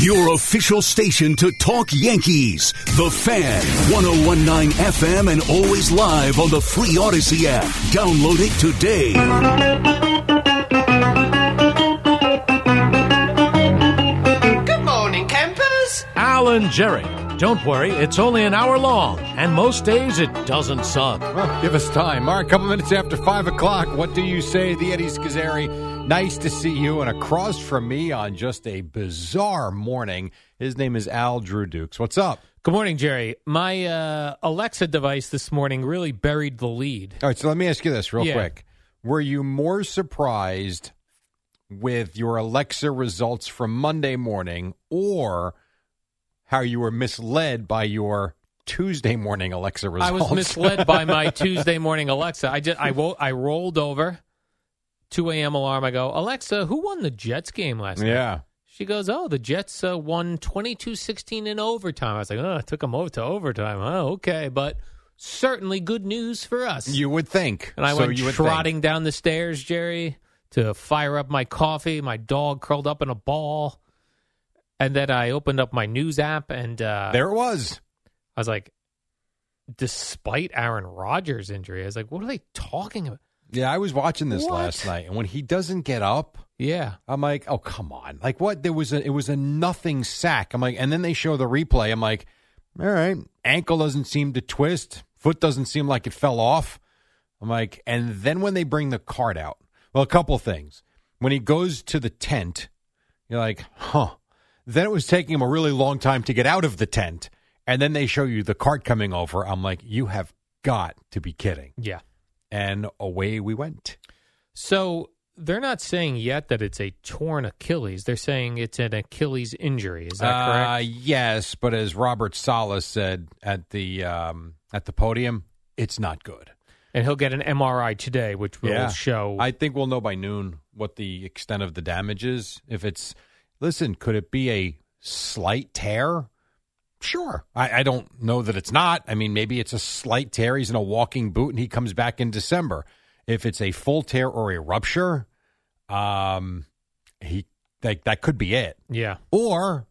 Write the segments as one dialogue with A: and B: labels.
A: Your official station to talk Yankees. The Fan, 1019 FM, and always live on the free Odyssey app. Download it today.
B: Good morning, campers.
C: Alan Jerry. Don't worry, it's only an hour long, and most days it doesn't suck.
D: Well, give us time. All right, a couple minutes after 5 o'clock. What do you say, the Eddie Scazzeri? Nice to see you. And across from me on just a bizarre morning, his name is Al Drew Dukes. What's up?
E: Good morning, Jerry. My uh, Alexa device this morning really buried the lead.
D: All right, so let me ask you this real
E: Yeah.
D: quick. Were you more surprised with your Alexa results from Monday morning or how you were misled by your Tuesday morning Alexa results?
E: I was misled by my Tuesday morning Alexa. I just I, wo- I rolled over, 2 a.m. alarm. I go, Alexa, who won the Jets game last night?
D: yeah.
E: She goes, oh, the Jets uh, won 22-16 in overtime. I was like, oh, it took them over to overtime. Oh, okay, but certainly good news for us.
D: You would think.
E: And I
D: So
E: went
D: you would think.
E: trotting down the stairs, Jerry, to fire up my coffee. My dog curled up in a ball. And then I opened up my news app and uh,
D: There it was.
E: I was like, despite Aaron Rodgers' injury, I was like, what are they talking about?
D: Yeah, I was watching this
E: What?
D: last night, and when he doesn't get up,
E: Yeah.
D: I'm like, "Oh, come on!" Like, what? There was a it was a nothing sack. I'm like, and then they show the replay. I'm like, "All right, ankle doesn't seem to twist, foot doesn't seem like it fell off." I'm like, and then when they bring the card out, well, a couple things. When he goes to the tent, you're like, "Huh." Then it was taking him a really long time to get out of the tent, and then they show you the card coming over. I'm like, "You have got to be kidding!"
E: Yeah.
D: And away we went.
E: So they're not saying yet that it's a torn Achilles. They're saying it's an Achilles injury. Is that
D: Uh,
E: correct?
D: yes, but as Robert Sala said at the um, at the podium, it's not good.
E: And he'll get an MRI today, which will show.
D: I think we'll know by noon what the extent of the damage is. If it's listen, could it be a slight tear? Sure. I, I don't know that it's not. I mean, maybe it's a slight tear. He's in a walking boot and he comes back in December. If it's a full tear or a rupture, um, he like that could be it
E: yeah.
D: or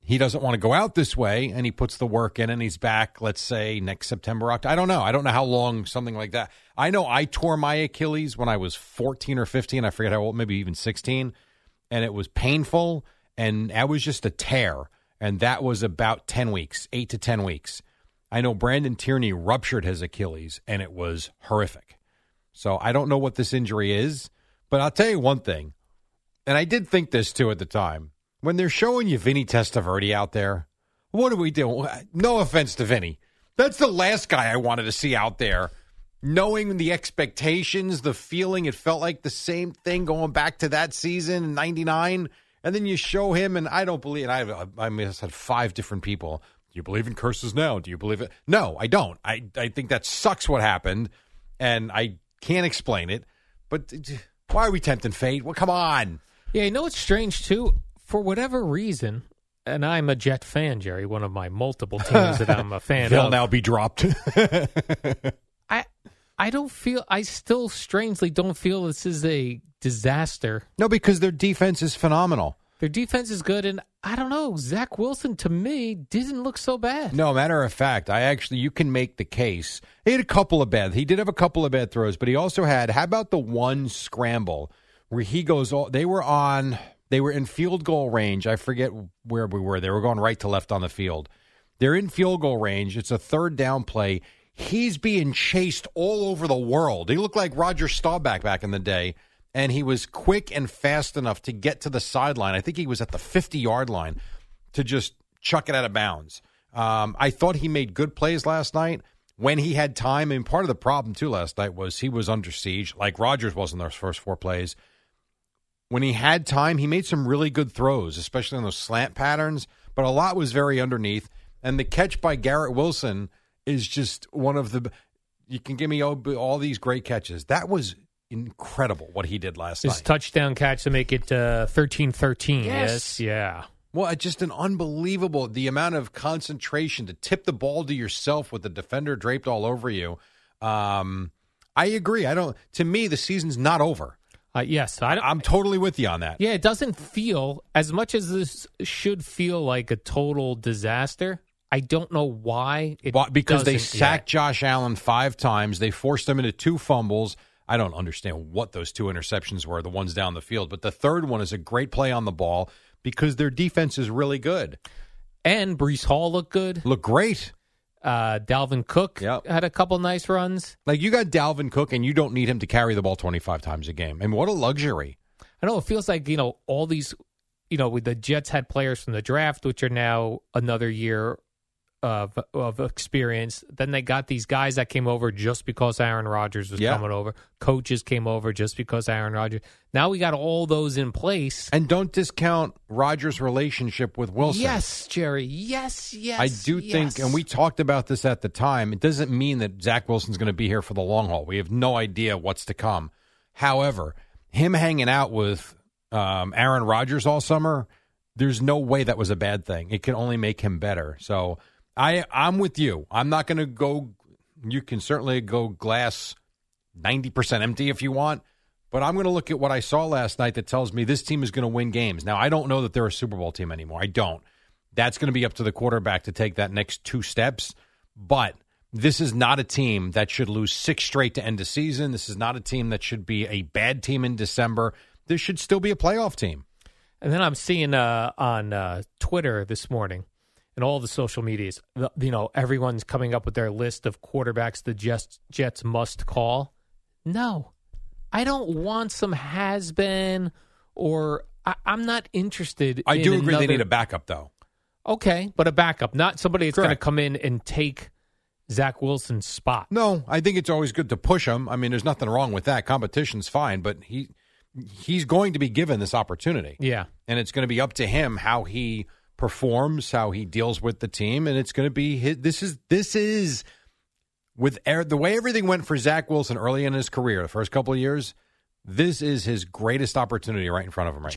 D: he doesn't want to go out this way and he puts the work in and he's back let's say next september October. i don't know i don't know how long something like that i know i tore my achilles when i was 14 or 15 i forget how old maybe even 16 and it was painful and that was just a tear and that was about 10 weeks 8 to 10 weeks i know brandon tierney ruptured his achilles and it was horrific so i don't know what this injury is but i'll tell you one thing and I did think this too at the time. When they're showing you Vinny Testaverde out there, what do we do? No offense to Vinny. That's the last guy I wanted to see out there. Knowing the expectations, the feeling, it felt like the same thing going back to that season in 99. And then you show him, and I don't believe, and I, I mean, I had five different people. Do you believe in curses now? Do you believe it? No, I don't. I, I think that sucks what happened, and I can't explain it. But uh, why are we tempting fate? Well, come on.
E: Yeah, you know what's strange too? For whatever reason, and I'm a Jet fan, Jerry, one of my multiple teams that I'm a fan
D: They'll
E: of.
D: now be dropped.
E: I I don't feel I still strangely don't feel this is a disaster.
D: no, because their defense is phenomenal.
E: Their defense is good and I don't know, Zach Wilson to me didn't look so bad.
D: No, matter of fact, I actually you can make the case. He had a couple of bad. He did have a couple of bad throws, but he also had. How about the one scramble where he goes? All, they were on. They were in field goal range. I forget where we were. They were going right to left on the field. They're in field goal range. It's a third down play. He's being chased all over the world. He looked like Roger Staubach back in the day, and he was quick and fast enough to get to the sideline. I think he was at the 50 yard line to just chuck it out of bounds. Um, I thought he made good plays last night when he had time. And part of the problem, too, last night was he was under siege, like Rodgers was in those first four plays When he had time, he made some really good throws, especially on those slant patterns, but a lot was very underneath. And the catch by Garrett Wilson is just one of the. You can give me all, all these great catches. That was incredible what he did last
E: His
D: night.
E: touchdown catch to make it uh, 13-13.
D: Yes.
E: Yeah.
D: Well, it's just an unbelievable the amount of concentration to tip the ball to yourself with the defender draped all over you. Um, I agree. I don't. To me, the season's not over.
E: Uh, yes. I don't,
D: I'm totally with you on that.
E: yeah, it doesn't feel as much as this should feel like a total disaster. I don't know why it
D: Why- because they
E: doesn't
D: sacked
E: yet.
D: Josh Allen five times. They forced him into two fumbles. I don't understand what those two interceptions were, the ones down the field. But the third one is a great play on the ball because their defense is really good.
E: And Brees Hall looked good.
D: Look great.
E: Uh, Dalvin Cook
D: Yep.
E: had a couple nice runs.
D: Like you got Dalvin Cook, and you don't need him to carry the ball 25 times a game. And what a luxury.
E: I know it feels like you know all these, you know, with the Jets had players from the draft, which are now another year of of experience. Then they got these guys that came over just because Aaron Rodgers was
D: Yeah.
E: coming over. Coaches came over just because Aaron Rodgers. Now we got all those in place.
D: And don't discount Rogers' relationship with Wilson.
E: Yes, Jerry. Yes, yes.
D: I do think,
E: yes.
D: and we talked about this at the time, it doesn't mean that Zach Wilson's going to be here for the long haul. We have no idea what's to come. However, him hanging out with um, Aaron Rodgers all summer, there's no way that was a bad thing. It can only make him better. So I, I'm with you. I'm not going to go. You can certainly go glass 90% empty if you want. But I'm going to look at what I saw last night that tells me this team is going to win games. Now, I don't know that they're a Super Bowl team anymore. I don't. That's going to be up to the quarterback to take that next two steps. But this is not a team that should lose six straight to end the season. This is not a team that should be a bad team in December. This should still be a playoff team.
E: And then I'm seeing uh, on uh, Twitter this morning and all the social medias, the, you know, everyone's coming up with their list of quarterbacks the Jets, Jets must call. No, I don't want some has been or I, I'm not interested.
D: I
E: in
D: do agree
E: another-
D: they need a backup, though.
E: Okay, but a backup, not somebody that's going to
D: Correct.
E: come in and take Zach Wilson's spot.
D: No, I think it's always good to push him. I mean, there's nothing wrong with that. Competition's fine, but he he's going to be given this opportunity.
E: Yeah.
D: and it's going to be up to him how he performs, how he deals with the team, and it's going to be his, this is this is with er, the way everything went for Zach Wilson early in his career, the first couple of years. This is his greatest opportunity right in front of him. Right,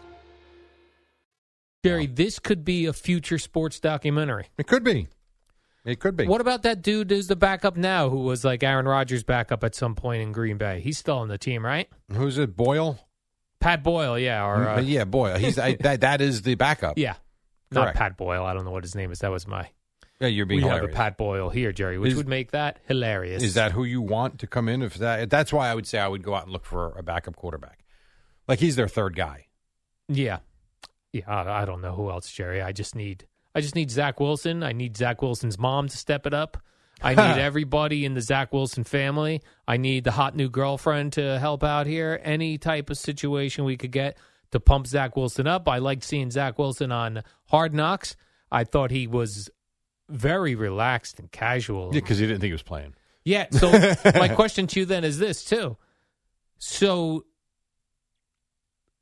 E: Jerry, this could be a future sports documentary.
D: it could be, it could be.
E: What about that dude who's the backup now who was like Aaron Rodgers' backup at some point in Green Bay? He's still on the team, right?
D: Who's it? Boyle.
E: Pat Boyle, yeah. Or, uh,
D: Mm, yeah, Boyle. He's I, that. That is the backup.
E: yeah. Not
D: Correct.
E: Pat Boyle. I don't know what his name is. That was my.
D: Yeah, you're being
E: we have
D: hilarious.
E: a Pat Boyle here, Jerry, which
D: Is-
E: would make that hilarious.
D: Is that who you want to come in? If that, that's why I would say I would go out and look for a backup quarterback. Like he's their third guy.
E: Yeah. Yeah. I, I don't know who else, Jerry. I just need. I just need Zach Wilson. I need Zach Wilson's mom to step it up. I need everybody in the Zach Wilson family. I need the hot new girlfriend to help out here. Any type of situation we could get to pump Zach Wilson up. I liked seeing Zach Wilson on Hard Knocks. I thought he was very relaxed and casual.
D: Yeah, because he didn't think he was playing.
E: Yeah. So my question to you then is this too. So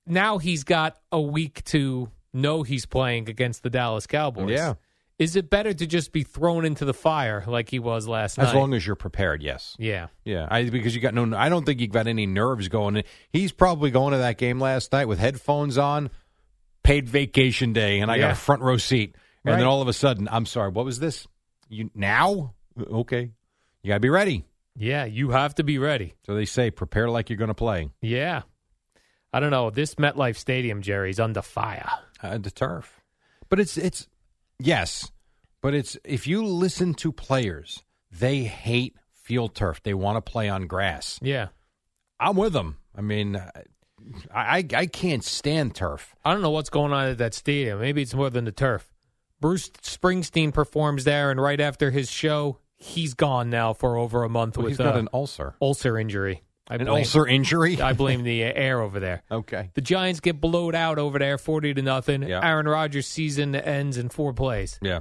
E: now he's got a week to know he's playing against the Dallas Cowboys.
D: Yeah.
E: Is it better to just be thrown into the fire like he was last night?
D: As long as you're prepared, yes.
E: yeah.
D: Yeah, I, because you got no. I don't think you got any nerves going. in. He's probably going to that game last night with headphones on, paid vacation day, and I got
E: Yeah.
D: a front row seat. And
E: Right.
D: then all of a sudden, I'm sorry, what was this? You now? Okay, you got to be ready.
E: Yeah, you have to be ready.
D: So they say, prepare like you're going to play.
E: Yeah. I don't know. This MetLife Stadium, Jerry, is under fire.
D: Uh, the turf, but it's it's yes, but it's if you listen to players, they hate field turf. They want to play on grass.
E: Yeah.
D: I'm with them. I mean, uh, I I can't stand turf.
E: I don't know what's going on at that stadium. Maybe it's more than the turf. Bruce Springsteen performs there, and right after his show, he's gone now for over a month
D: Well,
E: with
D: he's got
E: uh,
D: an ulcer,
E: ulcer injury. I
D: an
E: blame-
D: ulcer injury.
E: I blame the air over there.
D: okay,
E: The Giants get blowed out over there, forty to nothing.
D: Yeah.
E: Aaron Rodgers' season ends in four plays.
D: yeah,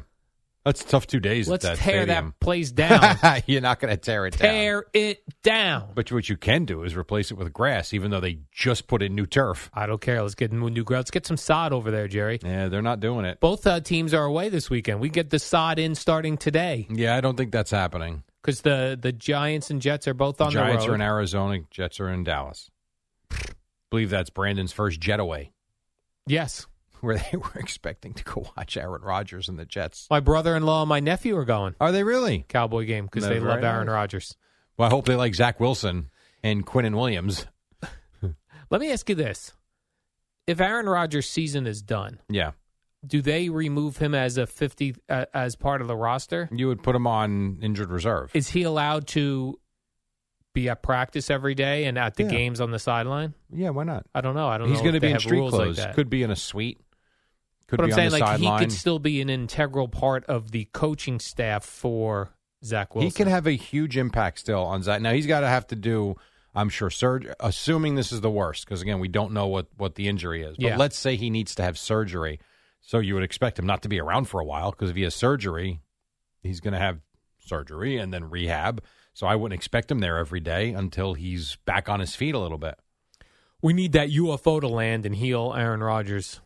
D: that's tough. Two days. at
E: Let's
D: that
E: tear
D: stadium.
E: that place down.
D: You're not going to tear it down.
E: tear it down.
D: But what you can do is replace it with grass, even though they just put in new turf.
E: I don't care. Let's get new new ground. Let's get some sod over there, Jerry.
D: Yeah, they're not doing it.
E: Both uh, teams are away this weekend. We get the sod in starting today
D: Yeah, I don't think that's happening.
E: because the the Giants and Jets are both on
D: Giants
E: the
D: are in
E: road.
D: Arizona. Jets are in Dallas. believe that's Brandon's first jetaway,
E: yes,
D: where they were expecting to go watch Aaron Rodgers and the Jets.
E: my brother-in-law and my nephew are going
D: Are they really?
E: Cowboy game because
D: Isn't
E: they
D: that
E: love
D: right?
E: Aaron Rodgers.
D: Well, I hope they like Zach Wilson and Quinn and Williams.
E: Let me ask you this: If Aaron Rodgers' season is done,
D: Yeah,
E: do they remove him as a fifty uh, as part of the roster?
D: you would put him on injured reserve.
E: Is he allowed to be at practice every day and at the
D: Yeah.
E: games on the sideline?
D: yeah, why not?
E: I don't know. I don't
D: He's
E: know.
D: going to
E: if they
D: be in
E: have
D: street
E: rules like
D: clothes.
E: that.
D: could be in a suite. Could
E: but
D: be
E: I'm
D: on
E: saying,
D: the
E: like,
D: sideline.
E: he could still be an integral part of the coaching staff for Zach Wilson.
D: He could have a huge impact still on Zach. Now he's got to have to do, I'm sure, surgery. Assuming this is the worst, because again, we don't know what what the injury is. But
E: Yeah.
D: let's say he needs to have surgery, so you would expect him not to be around for a while, because if he has surgery, he's going to have surgery and then rehab. So I wouldn't expect him there every day until he's back on his feet a little bit.
E: We need that UFO to land and heal Aaron Rodgers'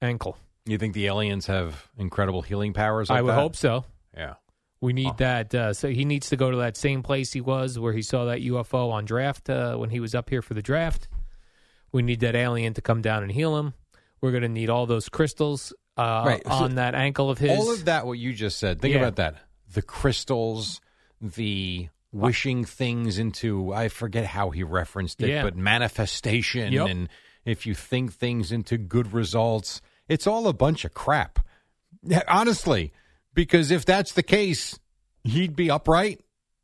E: ankle.
D: You think the aliens have incredible healing powers? Like
E: I would
D: that?
E: hope so.
D: Yeah.
E: We need that. Uh, so he needs to go to that same place he was where he saw that UFO on draft uh, when he was up here for the draft. We need that alien to come down and heal him. We're going to need all those crystals uh,
D: Right. So
E: on that ankle of his.
D: all of that what you just said think
E: Yeah.
D: about that the crystals the wishing things into i forget how he referenced it
E: Yeah.
D: but manifestation
E: Yep.
D: and if you think things into good results it's all a bunch of crap Yeah, honestly because if that's the case he'd be upright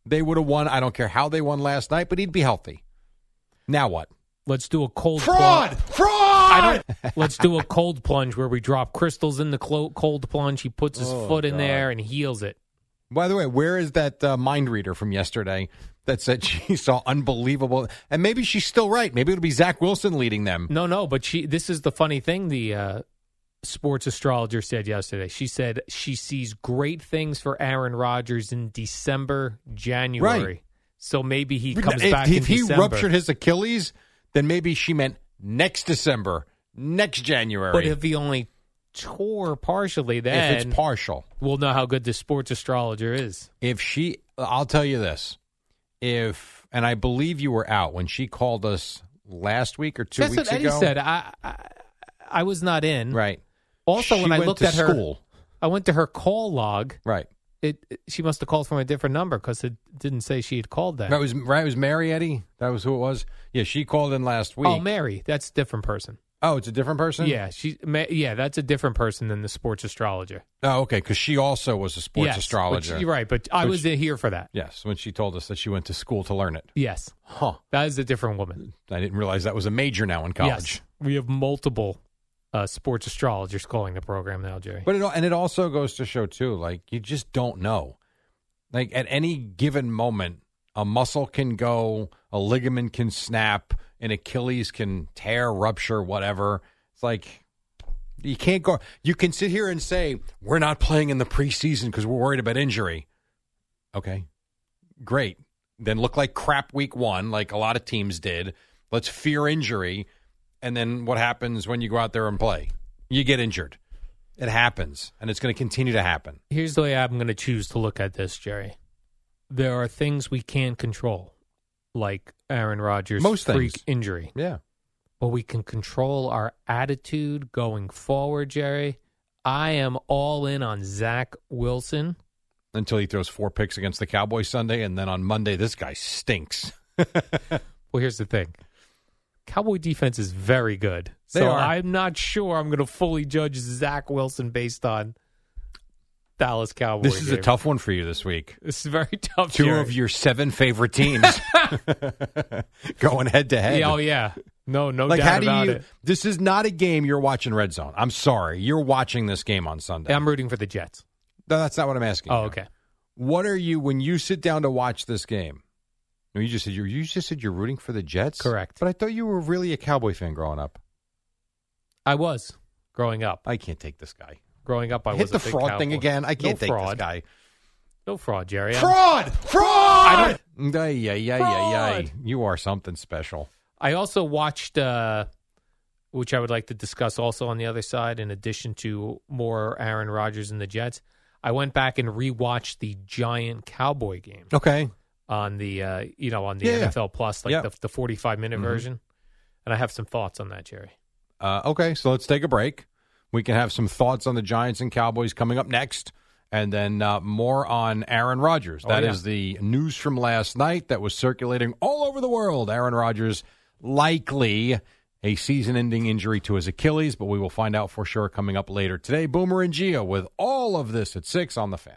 D: they would have won i don't care how they won last night but he'd be healthy now what
E: Let's do a cold
D: fraud
E: plunge.
D: fraud
E: I don't, let's do a cold plunge where we drop crystals in the clo- cold plunge. He puts his
D: Oh,
E: foot in
D: God.
E: there and heals it.
D: By the way, where is that uh, mind reader from yesterday that said she saw unbelievable? And maybe she's still right. Maybe it'll be Zach Wilson leading them.
E: No, no, but she. This is the funny thing. The uh, sports astrologer said yesterday. She said she sees great things for Aaron Rodgers in December, January. So maybe he comes
D: if
E: back.
D: if
E: in
D: he
E: December.
D: ruptured his Achilles, then maybe she meant next December, next January.
E: but if he only tore partially, then
D: if it's partial,
E: we'll know how good the sports astrologer is.
D: if she, I'll tell you this: if and I believe you were out when she called us last week or two
E: That's
D: weeks
E: what Eddie
D: ago.
E: said. I, I I was not in.
D: Right.
E: Also,
D: She
E: when I
D: went
E: looked
D: to
E: at her,
D: school.
E: I went to her call log.
D: Right.
E: It, it- she must have called from a different number because it didn't say she had called that.
D: That was right. It was Mary Eddie. That was who it was. Yeah, she called in last week.
E: oh, Mary, that's a different person.
D: Oh, it's a different person.
E: Yeah, she. Ma- yeah, that's a different person than the sports astrologer.
D: Oh, okay. Because she also was a sports
E: Yes,
D: astrologer.
E: which- you're right, but I
D: Which-
E: was here for that.
D: Yes, when she told us that she went to school to learn it.
E: Yes,
D: Huh.
E: that is a different woman.
D: I didn't realize that was a major now in Mm, college.
E: Yes, we have multiple uh, sports astrologers calling the program now, Jerry.
D: But it al- and it also goes to show too, like you just don't know. Like at any given moment, a muscle can go, a ligament can snap, an Achilles can tear, rupture, whatever. It's like you can't go. You can sit here and say we're not playing in the preseason because we're worried about injury. Okay, great. Then look like crap week one, like a lot of teams did. Let's fear injury, and then what happens when you go out there and play? You get injured. It happens, and it's going to continue to happen.
E: Here's the way I'm going to choose to look at this, Jerry. There are things we can control, like Aaron Rodgers'
D: Most
E: freak
D: things.
E: injury.
D: Yeah.
E: but we can control our attitude going forward, Jerry. I am all in on Zach Wilson.
D: Until he throws four picks against the Cowboys Sunday, and then on Monday, this guy stinks.
E: Well, here's the thing Cowboy defense is very good.
D: They
E: so
D: are.
E: I'm not sure I'm going to fully judge Zach Wilson based on Dallas Cowboys.
D: This is a
E: game.
D: tough one for you this week.
E: This is very tough.
D: Two
E: Jerry.
D: of your seven favorite teams going head to head.
E: Yeah, oh yeah. No, no
D: Like,
E: doubt
D: how do
E: about
D: you?
E: it.
D: This is not a game you're watching Red Zone. I'm sorry, you're watching this game on Sunday.
E: I'm rooting for the Jets.
D: no, that's not what I'm asking.
E: Oh,
D: you.
E: okay.
D: What are you when you sit down to watch this game? No, you just said you, you just said you're rooting for the Jets.
E: Correct.
D: But I thought you were really a Cowboy fan growing up.
E: I was growing up.
D: I can't take this guy.
E: Growing up, I
D: Hit
E: was
D: the
E: a big
D: fraud thing
E: Cowboy.
D: again. I
E: No
D: can't take
E: fraud.
D: this guy.
E: No fraud, Jerry. I'm-
D: Fraud! Fraud!
E: I
D: Yeah, yeah, yeah, yeah, yeah.
E: Fraud!
D: You are something special.
E: I also watched, uh, which I would like to discuss also on the other side, in addition to more Aaron Rodgers and the Jets. I went back and rewatched the Giant Cowboy game
D: Okay.
E: on the, uh, you know, on the
D: Yeah, yeah.
E: NFL Plus, like
D: Yeah.
E: the, the 45 minute
D: Mhm.
E: version. And I have some thoughts on that, Jerry.
D: Uh, okay, so let's take a break. We can have some thoughts on the Giants and Cowboys coming up next, and then uh, more on Aaron Rodgers.
E: Oh,
D: That is
E: yeah.
D: the news from last night that was circulating all over the world. Aaron Rodgers likely a season ending injury to his Achilles, but we will find out for sure coming up later today. Boomer and Geo with all of this at 6 on the fan.